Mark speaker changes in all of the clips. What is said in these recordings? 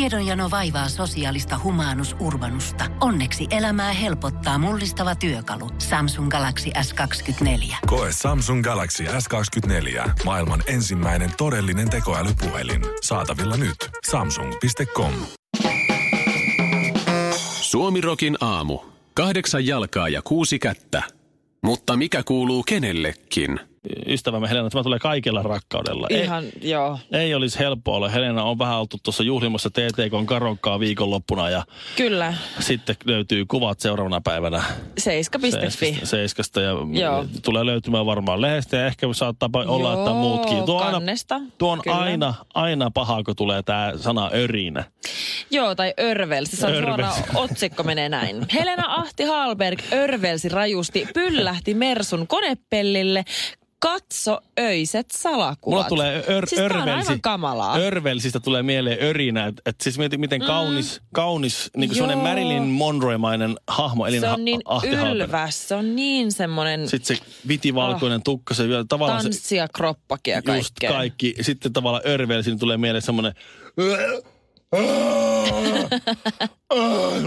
Speaker 1: Tiedonjano vaivaa sosiaalista humanus urbanusta. Onneksi elämää helpottaa mullistava työkalu. Samsung Galaxy S24.
Speaker 2: Koe Samsung Galaxy S24. Maailman ensimmäinen todellinen tekoälypuhelin. Saatavilla nyt. Samsung.com.
Speaker 3: Suomirokin aamu. Kahdeksan jalkaa ja kuusi kättä. Mutta mikä kuuluu kenellekin?
Speaker 4: ystävämme Helena, tämä tulee kaikella rakkaudella.
Speaker 5: Ihan, joo.
Speaker 4: Ei, ei olisi helppoa olla. Helena on vähän oltu tuossa juhlimassa TTK Karonkaa viikonloppuna ja
Speaker 5: Kyllä,
Speaker 4: sitten löytyy kuvat seuraavana päivänä
Speaker 5: seiska.fi.
Speaker 4: Seiskasta- Seiskasta ja
Speaker 5: Joo.
Speaker 4: Joo. tulee löytymään varmaan lehdestä ja ehkä saattaa olla,
Speaker 5: Joo,
Speaker 4: että muutkin. Tuo on aina,
Speaker 5: kannesta,
Speaker 4: tuo on
Speaker 5: kyllä.
Speaker 4: aina, aina paha, kun tulee tämä sana örinä.
Speaker 5: Joo, tai örvelsi. Se on
Speaker 4: Örvelsi.
Speaker 5: suoraan otsikko menee näin. Helena Ahti Hallberg örvelsi rajusti, pyllähti Mersun konepellille, katso öiset salakuvat.
Speaker 4: Mulla tulee ör,
Speaker 5: siis tää on
Speaker 4: örvelsi.
Speaker 5: aivan kamalaa.
Speaker 4: Örvelsistä tulee mieleen örinä. Että et siis mieti, miten kaunis, mm. kaunis niin kuin
Speaker 5: Joo.
Speaker 4: semmoinen Marilyn Monroe-mainen hahmo. Elina
Speaker 5: se
Speaker 4: Ha-
Speaker 5: on niin
Speaker 4: Ahti Hallberg.
Speaker 5: ylväs, se on niin semmoinen
Speaker 4: Sitten Mm. se vitivalkoinen tukka, se vielä tavallaan se,
Speaker 5: Oh. tanssia, kroppakin ja
Speaker 4: just
Speaker 5: kaikkea.
Speaker 4: kaikki. Sitten tavallaan örvelsi, niin tulee mieleen semmoinen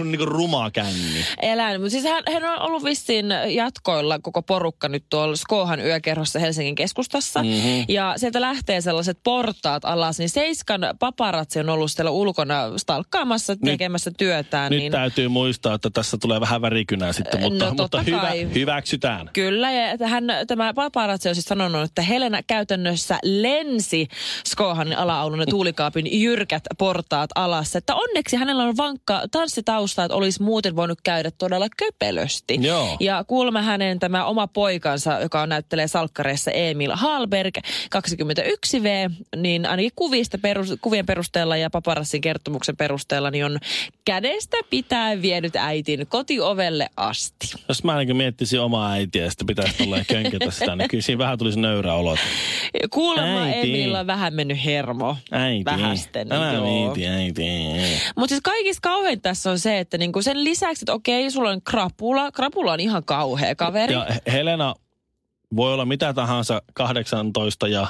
Speaker 4: niin kuin ruma känni.
Speaker 5: elänyt. Mutta siis hän, hän on ollut vissiin jatkoilla koko porukka nyt tuolla Skohan yökerhossa Helsingin keskustassa. Mm-hmm. Ja sieltä lähtee sellaiset portaat alas, niin Seiskan paparatsi on ollut siellä ulkona stalkkaamassa, tekemässä työtään.
Speaker 4: Nyt
Speaker 5: niin...
Speaker 4: täytyy muistaa, että tässä tulee vähän värikynää sitten, mutta,
Speaker 5: No, totta
Speaker 4: mutta hyvä,
Speaker 5: kai.
Speaker 4: hyväksytään.
Speaker 5: Kyllä, ja että hän, tämä paparazzi on siis sanonut, että Helena käytännössä lensi Skohan alaulun ja tuulikaapin jyrkät portaat alas. Että onneksi hänellä on vankka tanssitausta, että olisi muuten voinut käydä todella köpelösti.
Speaker 4: Joo.
Speaker 5: Ja kuulemma hänen tämä oma poikansa, joka näyttelee salkkareissa Emil Hallberg, 21V, niin ainakin kuvista perus, kuvien perusteella ja paparazin kertomuksen perusteella, niin on kädestä pitää vienyt äitin kotiovelle asti.
Speaker 4: Jos mä niin miettisin omaa äitiä ja sitten pitäisi tulla könkätä sitä, niin kyllä siinä vähän tulisi nöyrä olo.
Speaker 5: Kuulemma
Speaker 4: Äiti.
Speaker 5: Emilillä on vähän mennyt hermo.
Speaker 4: Äiti,
Speaker 5: Vähästen,
Speaker 4: älä
Speaker 5: niin joo.
Speaker 4: mieti, äiti.
Speaker 5: Mutta siis kaikista kauhein tässä on se, että niinku sen lisäksi, että okei, sulla on krapula. Krapula on ihan kauhea kaveri.
Speaker 4: Ja Helena voi olla mitä tahansa 18 ja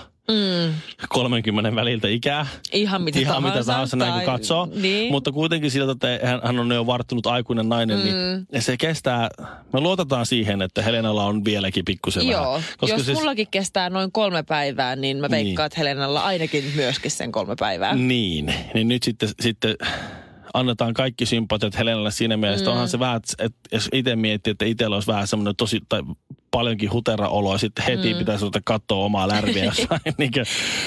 Speaker 5: Mm,
Speaker 4: 30 väliltä ikää.
Speaker 5: ihan mitä
Speaker 4: Ihan
Speaker 5: tahansa.
Speaker 4: mitä tahansa näin kun
Speaker 5: tai-
Speaker 4: katsoo.
Speaker 5: Niin.
Speaker 4: Mutta kuitenkin siltä, että hän, hän on jo varttunut aikuinen nainen, mm. niin se kestää. Me luotetaan siihen, että Helenalla on vieläkin pikkusen
Speaker 5: Joo,
Speaker 4: vähän.
Speaker 5: jos siis... mullakin kestää noin kolme päivää, niin mä
Speaker 4: Niin.
Speaker 5: veikkaan, että Helenalla ainakin myöskin sen kolme päivää.
Speaker 4: Niin, niin nyt sitten, sitten annetaan kaikki sympatiat Helenalle siinä mielessä. Mm. Onhan se vähän, että jos itse miettii, että itsellä olisi vähän semmoinen tosi, tai paljonkin hutera olo, ja sitten heti mm. pitäisi ruveta katsoa omaa lärviä jossain niin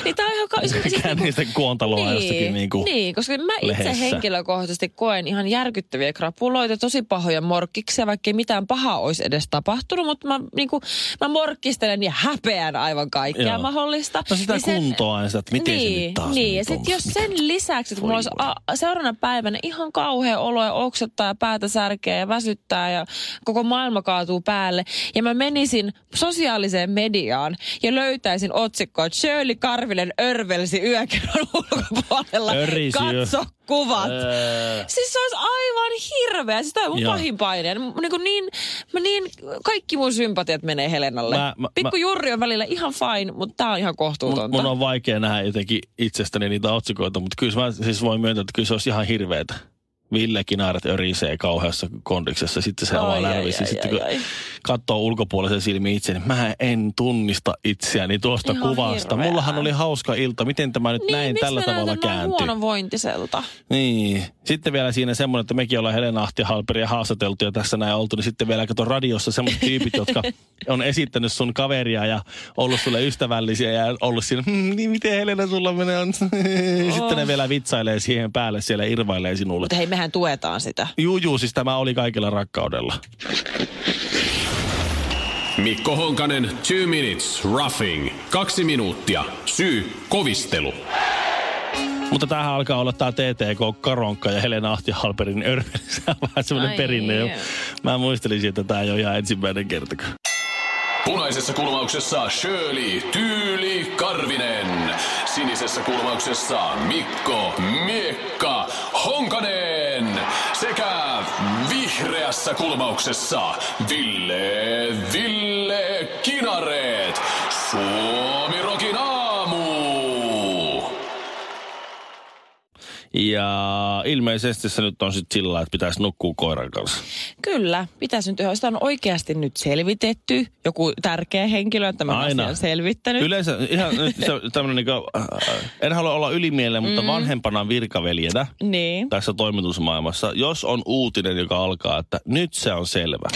Speaker 5: Niin tää on ihan... Ka- siis- siis niinku-
Speaker 4: niistä kuontaloa niin. jossakin niin kuin.
Speaker 5: niin, koska mä itse
Speaker 4: lehdessä.
Speaker 5: henkilökohtaisesti koen ihan järkyttäviä krapuloita, tosi pahoja morkkiksia, vaikka ei mitään pahaa olisi edes tapahtunut, mutta mä, niin kuin, mä morkkistelen ja häpeän aivan kaikkea
Speaker 4: Joo.
Speaker 5: mahdollista.
Speaker 4: No sitä niin
Speaker 5: sen-
Speaker 4: kuntoa aina sitä, että miten
Speaker 5: niin,
Speaker 4: se nyt taas niinku nyt
Speaker 5: Niin, ja
Speaker 4: on.
Speaker 5: sitten jos sen lisäksi, että
Speaker 4: Voi
Speaker 5: mulla olisi
Speaker 4: voi.
Speaker 5: a, seuraavana päivänä ihan kauhea olo ja oksottaa ja päätä särkeä ja väsyttää ja koko maailma kaatuu päälle. Ja mä menisin sosiaaliseen mediaan ja löytäisin otsikkoa että Shirley Karvinen örvelsi yökerron ulkopuolella.
Speaker 4: Örisi yö.
Speaker 5: Katso kuvat.
Speaker 4: Öö.
Speaker 5: Siis se olisi aivan hirveä. Sitä on mun
Speaker 4: Joo.
Speaker 5: pahin paine. Niin kuin niin, mä niin, kaikki mun sympatiat menee Helenalle.
Speaker 4: Mä- mä-
Speaker 5: Pikku Jurri on välillä ihan fine, mutta tää on ihan kohtuutonta.
Speaker 4: Mun, mun on vaikea nähdä jotenkin itsestäni niitä otsikoita, mutta kyllä mä siis voin myöntää, että kyllä se olisi ihan hirveetä. Ville Kinaaret örisee kauheassa kondiksessa, sitten se avaa
Speaker 5: Ai, ai,
Speaker 4: lärvisi.
Speaker 5: ai,
Speaker 4: Sitten
Speaker 5: ai,
Speaker 4: kun
Speaker 5: ai.
Speaker 4: katsoo ulkopuolisen silmiin itseäni, mä en tunnista itseäni tuosta
Speaker 5: Ihan
Speaker 4: kuvasta.
Speaker 5: hirveää.
Speaker 4: Mullahan oli hauska ilta, miten tämä nyt
Speaker 5: Niin,
Speaker 4: näin
Speaker 5: miksi
Speaker 4: tällä
Speaker 5: mä
Speaker 4: tavalla
Speaker 5: näytän näin
Speaker 4: kääntyy.
Speaker 5: huonovointiselta?
Speaker 4: Niin. Sitten vielä siinä semmoinen, että mekin ollaan Helena Ahti Halperia haastateltu ja tässä näin oltu, niin sitten vielä kato radiossa semmoiset tyypit, jotka on esittänyt sun kaveria ja ollut sulle ystävällisiä ja ollut siinä, "Hmm, niin miten Helena sulla menee on? Sitten ne vielä vitsailee siihen päälle siellä ja irvailee sinulle.
Speaker 5: Mutta hei, mehän tuetaan sitä.
Speaker 4: Juu, juu, siis tämä oli kaikilla rakkaudella.
Speaker 3: Mikko Honkanen, two minutes, roughing. Kaksi minuuttia. Syy, kovistelu.
Speaker 4: Mutta tämähän alkaa olla tämä TTK Karonka ja Helena Ahti Halperin örveli. Se on vähän semmoinen
Speaker 5: Ai
Speaker 4: perinne. jo.
Speaker 5: joo.
Speaker 4: Mä muistelisin, että tämä ei ole ihan ensimmäinen kerta. kun-
Speaker 3: Punaisessa kulmauksessa Shirley Tyyli Karvinen. Sinisessä kulmauksessa Mikko Miekka Honkanen. Sekä vihreässä kulmauksessa Ville Ville Kinareet. Suomi Rokin aamu.
Speaker 4: Ja ilmeisesti se nyt on sitten sillä lailla, että pitäisi nukkua koiran kanssa.
Speaker 5: Kyllä, pitäisi nyt yhä. Sitä on oikeasti nyt selvitetty. Joku tärkeä henkilö on tämän
Speaker 4: Aina.
Speaker 5: asian selvittänyt.
Speaker 4: Yleensä ihan nyt se- tämmönen niinku, äh, en halua olla ylimielinen,
Speaker 5: Mm.
Speaker 4: mutta vanhempana virkaveljenä
Speaker 5: Niin.
Speaker 4: tässä toimitusmaailmassa, jos on uutinen, joka alkaa, että nyt se on selvä,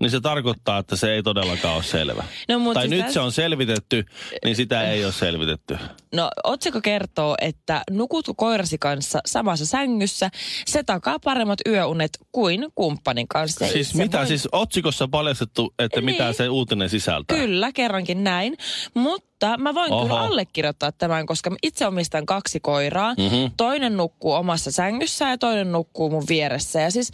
Speaker 4: niin se tarkoittaa, että se ei todellakaan ole selvä.
Speaker 5: No, mut
Speaker 4: tai
Speaker 5: siis
Speaker 4: nyt
Speaker 5: tässä-
Speaker 4: se on selvitetty, niin sitä ei ole selvitetty.
Speaker 5: No, otsikko kertoo, että nukutko koirasi kanssa samassa sängyssä, se takaa paremmat yöunet kuin kumppanin kanssa.
Speaker 4: siis
Speaker 5: Itse
Speaker 4: mitä,
Speaker 5: voin-
Speaker 4: siis otsikossa paljastettu, että mitä
Speaker 5: Niin.
Speaker 4: se uutinen sisältää.
Speaker 5: Kyllä, kerrankin näin. Mutta mä voin Oho.
Speaker 4: Oho.
Speaker 5: kyllä allekirjoittaa tämän, koska mä itse omistan kaksi koiraa.
Speaker 4: Mhm.
Speaker 5: Mm-hmm. Toinen nukkuu omassa sängyssä ja toinen nukkuu mun vieressä. Ja siis,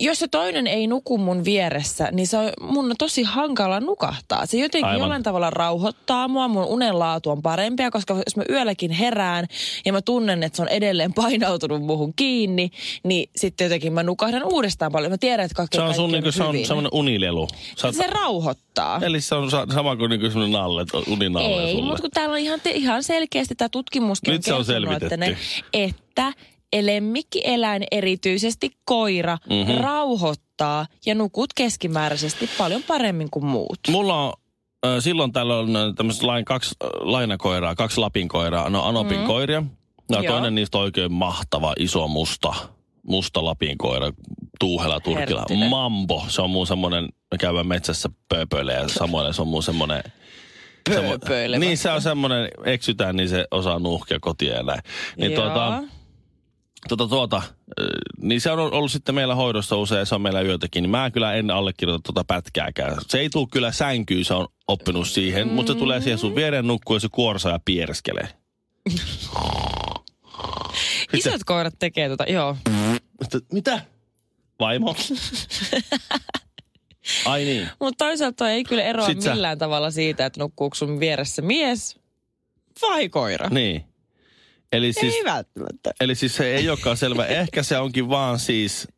Speaker 5: jos se toinen ei nuku mun vieressä, niin se on mun on tosi hankala nukahtaa. Se jotenkin
Speaker 4: Aivan.
Speaker 5: jollain tavalla rauhoittaa mua. Mun unenlaatu on parempia, koska jos mä yölläkin herään ja mä tunnen, että se on edelleen painautunut muuhun kiinni, niin sitten jotenkin mä nukahdan uudestaan paljon. Mä tiedän, että kaikki
Speaker 4: Se on sun
Speaker 5: kaikki
Speaker 4: niinku, se on
Speaker 5: hyvin.
Speaker 4: semmoinen unilelu. Sä oot-
Speaker 5: Se rauhoittaa.
Speaker 4: Eli se on sa- sama kuin niinku semmoinen nalle, uninalle
Speaker 5: Ei,
Speaker 4: sulle.
Speaker 5: mutta kun täällä on ihan, te, ihan selkeästi tämä tutkimuskin
Speaker 4: Nyt se on
Speaker 5: kertonut, että, ne,
Speaker 4: selvitetty.
Speaker 5: että lemmikkieläin, erityisesti koira,
Speaker 4: Mhm.
Speaker 5: mm-hmm. rauhoittaa ja nukut keskimääräisesti paljon paremmin kuin muut.
Speaker 4: Mulla on ö, silloin täällä on ö, tämmöiset lain, kaksi ö, lainakoiraa, kaksi Lapin koiraa, no Anopin mm. koiria. Ja
Speaker 5: Joo.
Speaker 4: toinen niistä on oikein mahtava, iso musta, musta Lapin koira, Tuuhela Turkila.
Speaker 5: Herttinen.
Speaker 4: Mambo, se on mun semmoinen, me käydään metsässä pööpöille ja samoin se on mun semmoinen
Speaker 5: Pööpöilevä.
Speaker 4: niin se on semmoinen, eksytään, niin se osaa nuuhkia kotiin ja näin. Niin
Speaker 5: Joo.
Speaker 4: tuota, tuota, tuota, ö, niin se on ollut sitten meillä hoidossa usein, se on meillä yötäkin, niin mä kyllä en allekirjoita tuota pätkääkään. Se ei tule kyllä sänkyyn, se on oppinut siihen, mm. mutta se tulee siihen sun viereen nukkuu ja se kuorsa ja pierskelee.
Speaker 5: Isot koirat tekee tota, joo.
Speaker 4: Mutta mitä? Vaimo? Ai niin.
Speaker 5: Mutta toisaalta toi ei kyllä eroa
Speaker 4: Sit sä-
Speaker 5: millään tavalla siitä, että nukkuuko sun vieressä mies vai koira.
Speaker 4: Niin. Eli siis,
Speaker 5: Ei välttämättä.
Speaker 4: eli siis se ei olekaan selvä. Ehkä se onkin vaan siis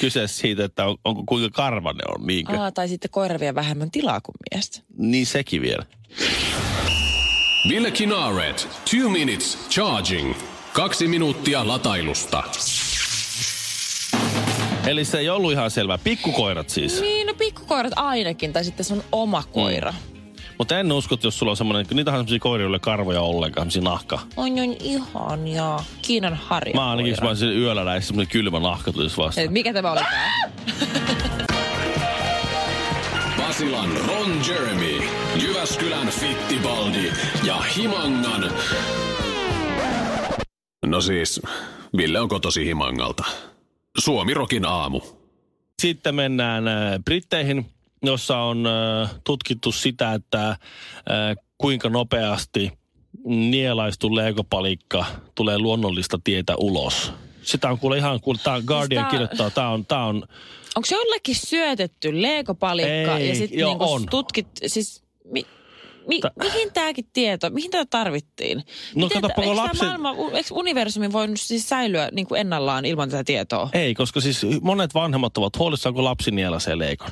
Speaker 4: kyse siitä, että on, onko kuinka karva ne on, niinkö?
Speaker 5: Aa, tai sitten koira vie vähemmän tilaa kuin mies.
Speaker 4: Niin sekin vielä.
Speaker 3: Ville Kinaret, two minutes charging. Kaksi minuuttia latailusta.
Speaker 4: Eli se ei ollut ihan selvä. Pikkukoirat siis.
Speaker 5: Niin, no pikkukoirat ainakin, tai sitten sun oma koira. Mm.
Speaker 4: Mutta en usko, että jos sulla on semmoinen, kun niitähän on semmoisia koiria, joilla ei karvoja ollenkaan, semmoisia nahka.
Speaker 5: On on ihania. Kiinan harja.
Speaker 4: Mä ainakin, kun mä olisin yöllä näissä, semmoinen kylmä nahka tulisi vastaan.
Speaker 5: Et mikä tämä oli tää?
Speaker 3: Basilan Ron Jeremy, Jyväskylän Fittibaldi ja Himangan... No siis, Ville on kotosi Himangalta. Suomi Rokin aamu.
Speaker 4: Sitten mennään äh, Britteihin, jossa on äh, tutkittu sitä, että äh, kuinka nopeasti nielaistu leigopalikka tulee luonnollista tietä ulos. Sitä on kuule ihan, kuule, tää Guardian
Speaker 5: Siis tää-
Speaker 4: kirjoittaa, tää on, tää on,
Speaker 5: Onko jollekin syötetty leekopalikka
Speaker 4: Ei,
Speaker 5: ja sitten
Speaker 4: joo,
Speaker 5: niinku
Speaker 4: on.
Speaker 5: tutkit, siis mi, mi,
Speaker 4: Tä-
Speaker 5: mihin tämäkin tieto, mihin tätä tarvittiin?
Speaker 4: No
Speaker 5: Miten
Speaker 4: katsoppa, kun
Speaker 5: tää- eikö tää
Speaker 4: lapsen-
Speaker 5: maailma, eikö universumi voinut siis säilyä niin kuin ennallaan ilman tätä tietoa?
Speaker 4: Ei, koska siis monet vanhemmat ovat huolissaan, kun lapsi nielasee leikon.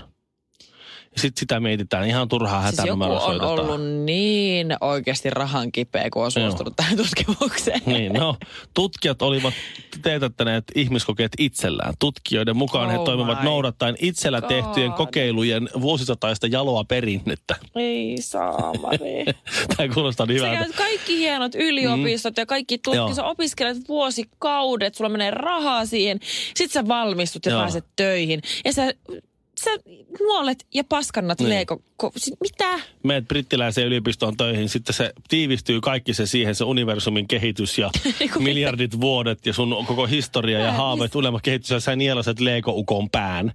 Speaker 4: Sitten sitä mietitään, ihan turhaa
Speaker 5: Siis joku
Speaker 4: hätänumeroa
Speaker 5: on
Speaker 4: soitetaan.
Speaker 5: ollut niin oikeasti rahan kipeä, kun on
Speaker 4: Joo.
Speaker 5: suostunut tähän tutkimukseen.
Speaker 4: Niin, no, tutkijat olivat teetättäneet ihmiskokeet itsellään. Tutkijoiden mukaan he
Speaker 5: Oh
Speaker 4: toimivat
Speaker 5: my
Speaker 4: noudattaen itsellä
Speaker 5: God.
Speaker 4: tehtyjen kokeilujen vuosisataista jaloa perinnettä.
Speaker 5: Ei saa, Mari.
Speaker 4: Tämä kuulostaa niin
Speaker 5: Sä
Speaker 4: hyvältä.
Speaker 5: käyt kaikki hienot yliopistot ja kaikki tutki,
Speaker 4: Mm. Joo.
Speaker 5: sä opiskelet vuosikaudet, sulla menee rahaa siihen, sit sä valmistut ja
Speaker 4: Joo.
Speaker 5: pääset töihin. Ja sä, sä nuolet ja paskannat niin.
Speaker 4: Niin.
Speaker 5: leiko. ko- sit Mitä?
Speaker 4: Meet brittiläiseen yliopistoon töihin, sitten se tiivistyy kaikki se siihen, se universumin kehitys ja
Speaker 5: Eiku mitä?
Speaker 4: miljardit vuodet ja sun koko historia ja haaveet, ulemmat kehitys ja sä nielaset leikoukon pään.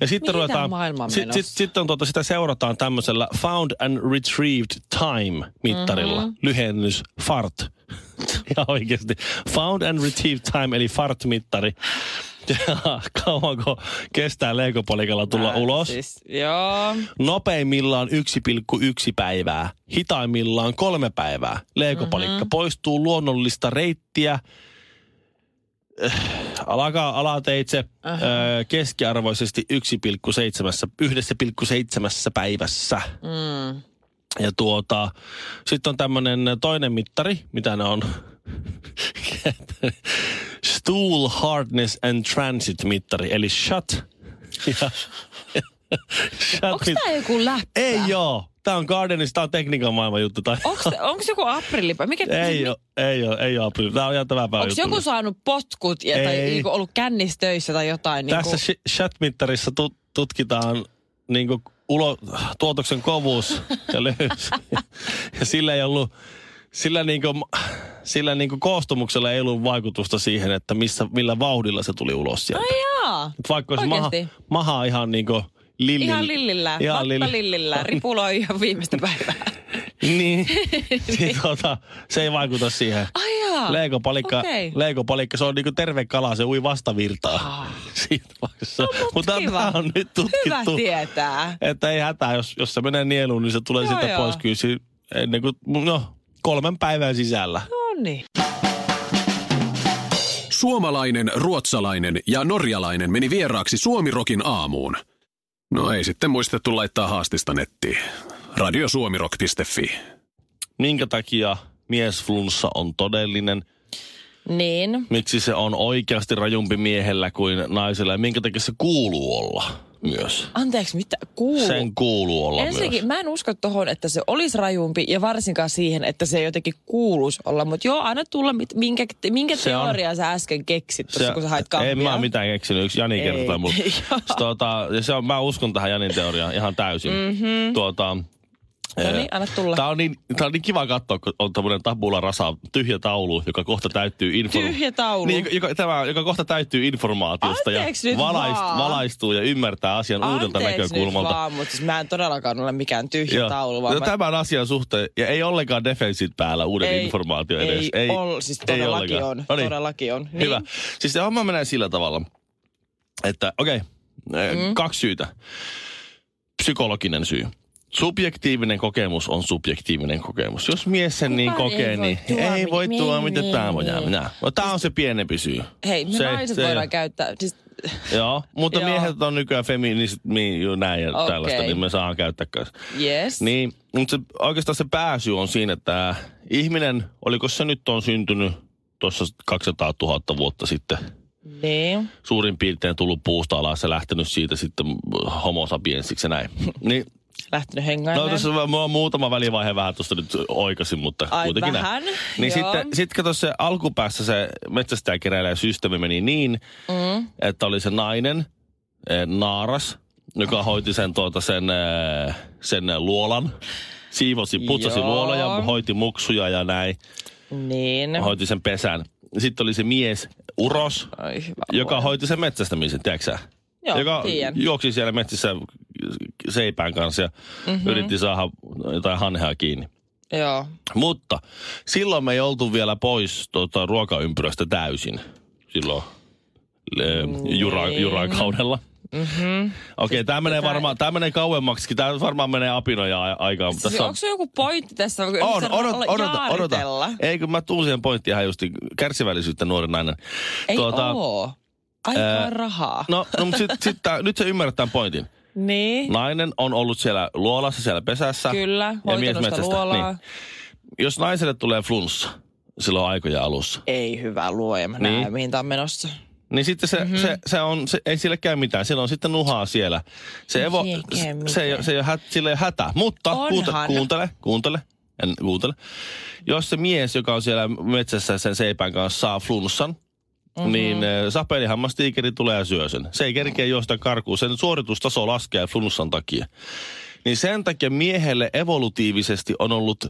Speaker 4: Ja sitten
Speaker 5: Mihin tää
Speaker 4: ruvetaan,
Speaker 5: maailma on
Speaker 4: sit, sit,
Speaker 5: menossa?
Speaker 4: sit on tuota, sitä seurataan tämmöisellä found and retrieved time mittarilla,
Speaker 5: Mhm.
Speaker 4: mm-hmm. lyhennys FART. ja oikeasti. Found and retrieved time eli FART-mittari. Ja kauanko kestää leikopolikalla tulla ulos?
Speaker 5: Siis, joo.
Speaker 4: Nopeimmillaan 1,1 päivää, hitaimmillaan kolme päivää. Leikopalikka mm-hmm. poistuu luonnollista reittiä äh, alkaa alateitse äh, keskiarvoisesti 1,7 1,7 päivässä.
Speaker 5: Mm.
Speaker 4: Ja tuota, sitten on tämmöinen toinen mittari, mitä ne on Tool Hardness and Transit-mittari, eli shut. Ja, shut
Speaker 5: Onko
Speaker 4: mit-
Speaker 5: tämä joku läppä?
Speaker 4: Ei joo. Tämä on Guardianissa, tämä on tekniikan maailman juttu. Tai...
Speaker 5: Oh, Onko joku aprillipa? Mikä
Speaker 4: ei ole, ei ole, ei ole. Tämä on ihan tämän päivän
Speaker 5: Onko niin. joku saanut potkut ja, tai
Speaker 4: Ei.
Speaker 5: niinku ollut kännistöissä tai jotain?
Speaker 4: Tässä
Speaker 5: niinku,
Speaker 4: shi- chat-mittarissa tu- tutkitaan niin ulo- tuotoksen kovuus ja lehyys. ja sillä ei ollut, sillä, niin kuin, sillä niin kuin koostumuksella ei ollut vaikutusta siihen, että missä, millä vauhdilla se tuli ulos sieltä.
Speaker 5: Jaa.
Speaker 4: Et Vaikka olisi maha,
Speaker 5: Oikeesti?
Speaker 4: maha ihan niin kuin lillillä.
Speaker 5: Ihan lillillä,
Speaker 4: Ihan
Speaker 5: ihan
Speaker 4: lill-
Speaker 5: lillillä, ripuloi ihan viimeistä päivää.
Speaker 4: Niin. niin. tuota, se ei vaikuta siihen.
Speaker 5: Ai jaa.
Speaker 4: Leikopalikka,
Speaker 5: Okei.
Speaker 4: leikopalikka, se on niinku terve kala, se ui vastavirtaa. Siitä vaiheessa. Mutta
Speaker 5: No, kiva.
Speaker 4: tämä on nyt
Speaker 5: Hyvä
Speaker 4: tutkittu.
Speaker 5: tietää.
Speaker 4: Että ei hätää, jos, jos se menee nieluun, niin se tulee
Speaker 5: Joo,
Speaker 4: siitä
Speaker 5: joo.
Speaker 4: pois kyllä si- ennen kuin, no, kolmen päivän sisällä.
Speaker 5: No niin.
Speaker 3: Suomalainen, ruotsalainen ja norjalainen meni vieraaksi Suomirokin aamuun. No ei sitten muistettu laittaa haastista nettiin. Radiosuomirok.fi.
Speaker 4: Minkä takia miesflunssa on todellinen?
Speaker 5: Niin.
Speaker 4: Miksi se on oikeasti rajumpi miehellä kuin naisella? Ja minkä takia se kuuluu olla myös?
Speaker 5: Anteeksi, mitä? Kuuluu.
Speaker 4: Sen kuuluu olla
Speaker 5: Ensinnäkin
Speaker 4: myös.
Speaker 5: mä en usko tohon, että se olisi rajumpi ja varsinkaan siihen, että se jotenkin kuuluisi olla. Mutta joo, anna tulla, mit- minkä, minkä
Speaker 4: Se on-
Speaker 5: teoriaa sä äsken keksit tuossa, kun sä haet kahvia.
Speaker 4: En mä oo mitään keksinyt, yksi Jani
Speaker 5: Ei.
Speaker 4: kertoi mulle.
Speaker 5: Joo.
Speaker 4: Sitten Tuota, ja se on, mä uskon tähän Janin teoriaan ihan täysin. Mm-hmm. Tuota,
Speaker 5: No niin, anna tulla.
Speaker 4: Tämä on, niin, tää on niin kiva katsoa, kun on tämmöinen tabula rasa, tyhjä taulu, joka kohta täyttyy inform...
Speaker 5: Tyhjä taulu.
Speaker 4: Niin, joka- joka, tämä, joka kohta täyttyy informaatiosta
Speaker 5: Anteeksi
Speaker 4: ja
Speaker 5: nyt vaan.
Speaker 4: valaistuu ja ymmärtää asian uudelta
Speaker 5: Anteeksi
Speaker 4: näkökulmalta.
Speaker 5: nyt vaan, mutta siis mä en todellakaan ole mikään tyhjä
Speaker 4: Joo.
Speaker 5: taulu, vaan
Speaker 4: no,
Speaker 5: mä
Speaker 4: tämän asian suhteen, ja ei ollenkaan defensit päällä uuden
Speaker 5: Ei-
Speaker 4: informaation
Speaker 5: ei
Speaker 4: edes.
Speaker 5: ol- siis todellakin
Speaker 4: ollenkaan.
Speaker 5: on,
Speaker 4: Noniin.
Speaker 5: todellakin on. Niin.
Speaker 4: Hyvä. Siis se homma menee sillä tavalla, että okei, okay, mm. kaksi syytä. Psykologinen syy. Subjektiivinen kokemus on subjektiivinen kokemus. Jos mies sen niin
Speaker 5: Kukaan
Speaker 4: kokee,
Speaker 5: ei voi
Speaker 4: niin
Speaker 5: tuomita.
Speaker 4: ei voi
Speaker 5: Niin,
Speaker 4: tuomita
Speaker 5: niin,
Speaker 4: tämä
Speaker 5: niin.
Speaker 4: minä. No, tämä on se pienempi syy.
Speaker 5: Hei, me
Speaker 4: se,
Speaker 5: naiset voidaan käyttää. Siis,
Speaker 4: Joo, mutta
Speaker 5: Joo.
Speaker 4: miehet on nykyään feminismi ja näin ja
Speaker 5: Okei.
Speaker 4: tällaista, niin me saadaan käyttää kanssa.
Speaker 5: yes.
Speaker 4: Niin, mutta se, oikeastaan se pääsy on siinä, että ihminen, oliko se nyt on syntynyt tuossa 200 000 vuotta sitten,
Speaker 5: niin.
Speaker 4: suurin piirtein tullut puusta alas ja lähtenyt siitä sitten homo sapiensiksi ja näin. Niin,
Speaker 5: Lähtenyt hengailemaan.
Speaker 4: no tässä on mu- muutama välivaihe vähän tuosta nyt oikasin, mutta
Speaker 5: Ai,
Speaker 4: kuitenkin
Speaker 5: vähän,
Speaker 4: näin. Niin
Speaker 5: joo.
Speaker 4: sitten sit kato se alkupäässä se metsästäjäkeräilijä systeemi meni niin, mm. että oli se nainen, eh, naaras,
Speaker 5: Ah.
Speaker 4: joka hoiti sen, tuota, sen, eh, sen eh, luolan. Siivosi, putsasi
Speaker 5: Joo.
Speaker 4: luola ja hoiti muksuja ja näin.
Speaker 5: Niin.
Speaker 4: Hoiti sen pesän. Sitten oli se mies, uros,
Speaker 5: Ai hyvä.
Speaker 4: joka
Speaker 5: luoja.
Speaker 4: hoiti sen metsästämisen, tiedätkö sä?
Speaker 5: Joo,
Speaker 4: joka
Speaker 5: tiedän.
Speaker 4: juoksi siellä metsissä seipään kanssa ja
Speaker 5: Mhm.
Speaker 4: mm-hmm. yritti saada jotain hanhea kiinni.
Speaker 5: Joo. Siis
Speaker 4: Mutta silloin me ei oltu vielä pois tota, ruokaympyrästä täysin. Silloin ö,
Speaker 5: Niin.
Speaker 4: jura, juran kaudella. Mm-hmm.
Speaker 5: Mhm.
Speaker 4: Okei,
Speaker 5: Siis
Speaker 4: okay, tämä menee varmaan, tämä menee kauemmaksikin. Tämä varmaan menee apinoja a- aikaan. Mutta
Speaker 5: Siis
Speaker 4: tässä
Speaker 5: onko se joku pointti tässä? Kun
Speaker 4: on,
Speaker 5: yritän
Speaker 4: odota,
Speaker 5: olla-
Speaker 4: odota, odota.
Speaker 5: jaaritella.
Speaker 4: Ei, kun mä tuun siihen pointtiin ihan just kärsivällisyyttä nuoren nainen.
Speaker 5: Ei tuota, oo. Aikaa rahaa.
Speaker 4: No, no mutta sit, sit tää, nyt se ymmärrät tämän pointin.
Speaker 5: niin.
Speaker 4: Nainen on ollut siellä luolassa, siellä pesässä.
Speaker 5: Kyllä,
Speaker 4: ja
Speaker 5: hoitanut
Speaker 4: mies
Speaker 5: sitä
Speaker 4: metsästä.
Speaker 5: luolaa.
Speaker 4: Niin. Jos naiselle tulee flunssa silloin aikoja alussa,
Speaker 5: Ei hyvä luoja, mä
Speaker 4: Niin.
Speaker 5: näen mihin tää on menossa.
Speaker 4: niin sitten
Speaker 5: Mhm.
Speaker 4: se, mm-hmm. se, se, on, se, ei sille käy mitään. Sillä on sitten nuhaa siellä. Se ei, vo,
Speaker 5: Ei käy
Speaker 4: se,
Speaker 5: mitään.
Speaker 4: se, ei, ole- se ei ole, hä, sillä ei ole hätä. Mutta kuunte,
Speaker 5: Onhan.
Speaker 4: kuuntele, kuuntele, en, kuuntele. Jos se mies, joka on siellä metsässä sen seipään kanssa, saa flunssan, Mm-hmm. Niin eh, sapelihammastiikeri tulee ja syö sen. Se ei kerkeä juosta karkuun. Sen suoritustaso laskee flunssan takia. Niin sen takia miehelle evolutiivisesti on ollut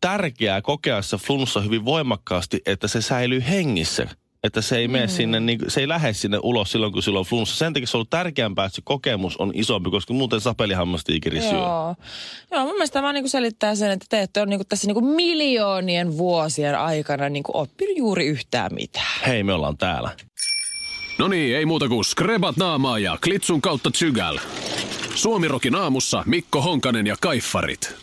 Speaker 4: tärkeää kokea se flunssa hyvin voimakkaasti, että se säilyy hengissä. Että se ei, mene sinne, niin, se ei lähde sinne ulos silloin, kun silloin on flunssa. Sen takia se on ollut tärkeämpää, että se kokemus on isompi, koska muuten sapelihammastiikeri syö.
Speaker 5: Joo. Joo, mun mielestä tämä vaan niinku selittää sen, että te ette ole niinku tässä niinku miljoonien vuosien aikana niinku oppinut juuri yhtään mitään.
Speaker 4: Hei, me ollaan täällä.
Speaker 3: No niin, ei muuta kuin skrebat naamaa ja klitsun kautta tsygäl. Suomirokin aamussa Mikko Honkanen ja Kaiffarit.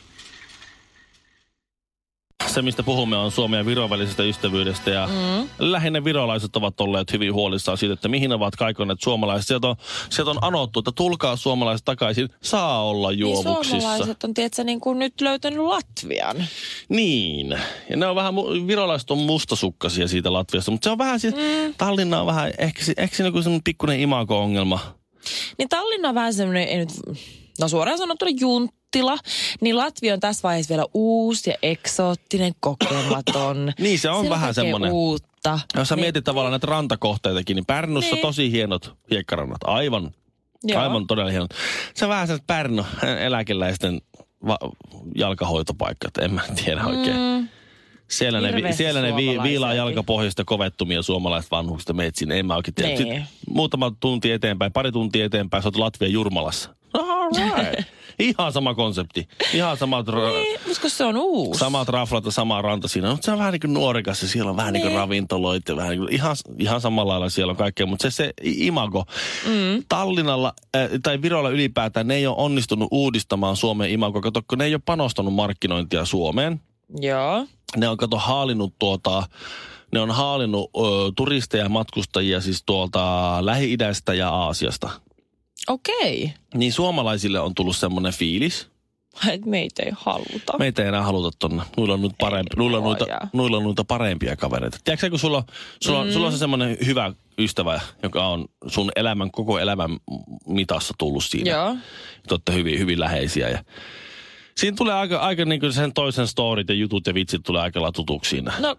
Speaker 4: se, mistä puhumme, on Suomen ja Viron välisestä ystävyydestä. Ja mm. lähinnä virolaiset ovat olleet hyvin huolissaan siitä, että mihin ovat kaikonneet suomalaiset. Sieltä on, sieltä on anottu, että tulkaa suomalaiset takaisin. Saa olla
Speaker 5: Niin
Speaker 4: juovuksissa.
Speaker 5: suomalaiset on tietysti niin kuin nyt löytänyt Latvian.
Speaker 4: Niin. Ja ne on vähän, mu- virolaiset on mustasukkasia siitä Latviasta, mutta se on vähän siis, mm. Tallinna on vähän, ehkä, si- ehkä siinä on semmoinen pikkuinen imago-ongelma.
Speaker 5: Niin Tallinna on vähän semmoinen, ei nyt, no suoraan sanottuna junttila, niin Latvia on tässä vaiheessa vielä uusi ja eksoottinen, kokematon.
Speaker 4: Niin, se on
Speaker 5: Siellä
Speaker 4: vähän
Speaker 5: kaikkea
Speaker 4: semmoinen.
Speaker 5: uutta.
Speaker 4: Jos sä
Speaker 5: Niin,
Speaker 4: mietit tavallaan näitä rantakohteitakin, niin Pärnussa
Speaker 5: Niin.
Speaker 4: tosi hienot hiekkarannat, aivan,
Speaker 5: Joo.
Speaker 4: aivan todella hienot. Se on vähän se Pärnu, eläkeläisten va- jalkahoitopaikka, että en mä tiedä oikein. Mm. Siellä ne, vi-
Speaker 5: Hirveästi
Speaker 4: siellä ne vi- viilaa
Speaker 5: suomalaisiakin.
Speaker 4: jalkapohjista kovettumia suomalaiset vanhukset metsin. En mä oikein tiedä.
Speaker 5: Niin.
Speaker 4: Sitten muutama tunti eteenpäin, pari tuntia eteenpäin, sä oot Latvian Jurmalassa. No, All right. Ihan sama konsepti. Ihan samat, ra-
Speaker 5: Niin, mutta kun se on uusi.
Speaker 4: samat raflat ja sama ranta siinä. Mutta se on vähän niin kuin nuorikas ja siellä on vähän niin, kuin ravintoloita. Vähän niin kuin, ihan, ihan samalla lailla siellä on kaikkea. Mutta se, se imago. Mm. Tallinnalla äh, tai Virolla ylipäätään ne ei ole onnistunut uudistamaan Suomen imagoa. Kato, kun ne ei ole panostanut markkinointia Suomeen
Speaker 5: Joo.
Speaker 4: ne on kato haalinnut tuota, ne on haalinnut ö, turisteja ja matkustajia siis tuolta Lähi-idästä ja Aasiasta.
Speaker 5: Okei.
Speaker 4: Niin suomalaisille on tullut semmoinen fiilis.
Speaker 5: Okay. Meitä ei haluta.
Speaker 4: Meitä ei enää haluta tonne. Nuilla on, nyt parempi, nuilla on, noita,
Speaker 5: luoja.
Speaker 4: nuilla on noita parempia kavereita. Tiedätkö sä, kun sulla, sulla, mm. sulla on se semmoinen hyvä ystävä, joka on sun elämän, koko elämän mitassa tullut siinä.
Speaker 5: Joo.
Speaker 4: Te olette hyvin, hyvin läheisiä. Ja siinä tulee aika, aika niin kuin sen toisen storit ja jutut ja vitsit tulee aika lailla tutuksi siinä.
Speaker 5: No,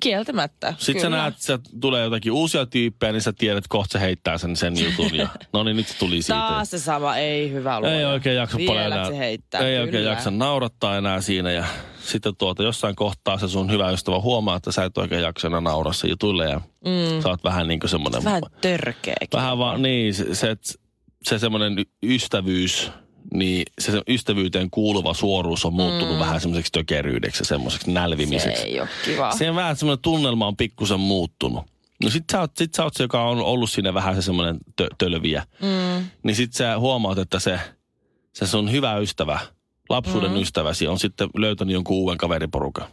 Speaker 5: kieltämättä.
Speaker 4: Sitten sä
Speaker 5: kyllä.
Speaker 4: näet, että tulee jotakin uusia tyyppejä, niin sä tiedät, että kohta se heittää sen, sen jutun. Ja, no niin, nyt se tuli siitä.
Speaker 5: Taas se sama, ei hyvä luoja.
Speaker 4: ei oikein jaksa
Speaker 5: Vielä
Speaker 4: paljon enää.
Speaker 5: se heittää.
Speaker 4: ei
Speaker 5: kyllä.
Speaker 4: oikein jaksa naurattaa enää siinä. Ja sitten tuota, jossain kohtaa se sun hyvä ystävä huomaa, että sä et oikein jaksa enää nauraa se jutulle. Ja mm. sä oot vähän niin kuin semmoinen...
Speaker 5: Vähän törkeäkin.
Speaker 4: vähän vaan, niin, se, se, et- se semmoinen y- ystävyys, niin se, se ystävyyteen kuuluva suoruus on muuttunut mm. vähän semmoiseksi tökeryydeksi ja semmoiseksi
Speaker 5: Se
Speaker 4: nälvimiseksi.
Speaker 5: ei ole kiva.
Speaker 4: Siihen vähän semmoinen tunnelma on pikkusen muuttunut. No sit sä, oot, sit sä oot se, joka on ollut siinä vähän se semmoinen tö, tölviä. Mm. Niin sit sä huomaat, että se, se sun hyvä ystävä, lapsuuden mm. ystäväsi, on sitten löytänyt jonkun uuden kaveriporukan.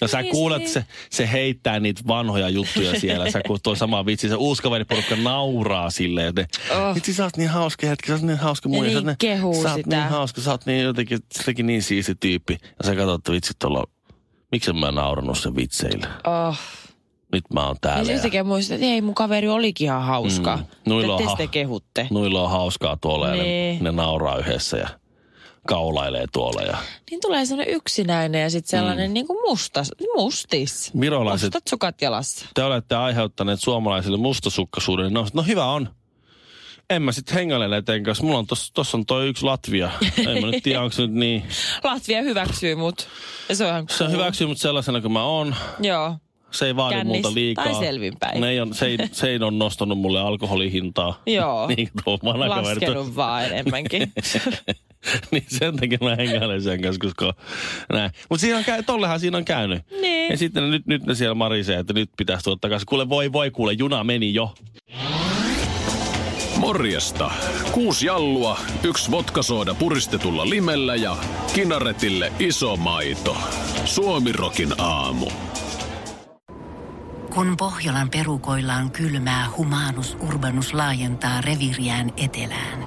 Speaker 4: Ja sä
Speaker 5: Niin,
Speaker 4: kuulet,
Speaker 5: niin.
Speaker 4: se, se heittää niitä vanhoja juttuja siellä. Sä kuulet tuo sama vitsi, se uusi kaveriporukka nauraa sille. Joten, oh.
Speaker 5: Oh.
Speaker 4: Itse sä oot niin hauska jätkä, sä oot niin hauska
Speaker 5: Ja
Speaker 4: muu. sä oot
Speaker 5: niin kehuu
Speaker 4: sä oot
Speaker 5: sitä.
Speaker 4: niin hauska, sä oot niin jotenkin, sittenkin niin siisti tyyppi. Ja sä katsot, että vitsi tuolla, miksi mä naurannut sen vitseille?
Speaker 5: Oh.
Speaker 4: nyt mä oon
Speaker 5: Ja
Speaker 4: täällä.
Speaker 5: se
Speaker 4: Ja
Speaker 5: yhtäkkiä muistat, että ei mun kaveri olikin ihan hauska.
Speaker 4: Mm. Nuilla on
Speaker 5: Te, te
Speaker 4: ha-
Speaker 5: sitä kehutte.
Speaker 4: nuilla on hauskaa tuolla ja ne,
Speaker 5: Nee.
Speaker 4: ne nauraa yhdessä ja kaulailee tuolla. Ja
Speaker 5: Niin tulee sellainen yksinäinen ja sitten sellainen mm. niin kuin mustas, mustis.
Speaker 4: virolaiset,
Speaker 5: Mustat sukat jalassa.
Speaker 4: te olette aiheuttaneet suomalaisille mustasukkaisuuden. niin Ne on, sit, no hyvä on. En mä sit hengaile näiden kanssa. Mulla on tossa, tossa on toi yksi Latvia. En mä nyt tiedä, onko se nyt niin.
Speaker 5: Latvia hyväksyy mut. Ja se on ihan
Speaker 4: Se on
Speaker 5: cool.
Speaker 4: hyväksynyt sellaisena kuin mä oon.
Speaker 5: Joo.
Speaker 4: Se ei vaadi
Speaker 5: Kännis
Speaker 4: multa liikaa.
Speaker 5: tai selvinpäin.
Speaker 4: Ne ei on, se, ei, se ei on nostanut mulle alkoholihintaa.
Speaker 5: Joo.
Speaker 4: niin kuin tuo vanha kaveri.
Speaker 5: Laskenut vaan enemmänkin.
Speaker 4: niin sen takia mä hengäilen sen kanssa, koska näin. Mutta siinä on, käy- tollehan siinä on käynyt.
Speaker 5: Niin.
Speaker 4: Ja sitten nyt, nyt ne siellä marisee, että nyt pitäisi tulla takaisin. Kuule voi voi kuule, juna meni jo.
Speaker 3: Morjesta. Kuusi jallua, yksi vodkasooda puristetulla limellä ja kinaretille iso maito. Suomirokin aamu.
Speaker 1: Kun Pohjolan perukoillaan kylmää, humanus urbanus laajentaa reviriään etelään.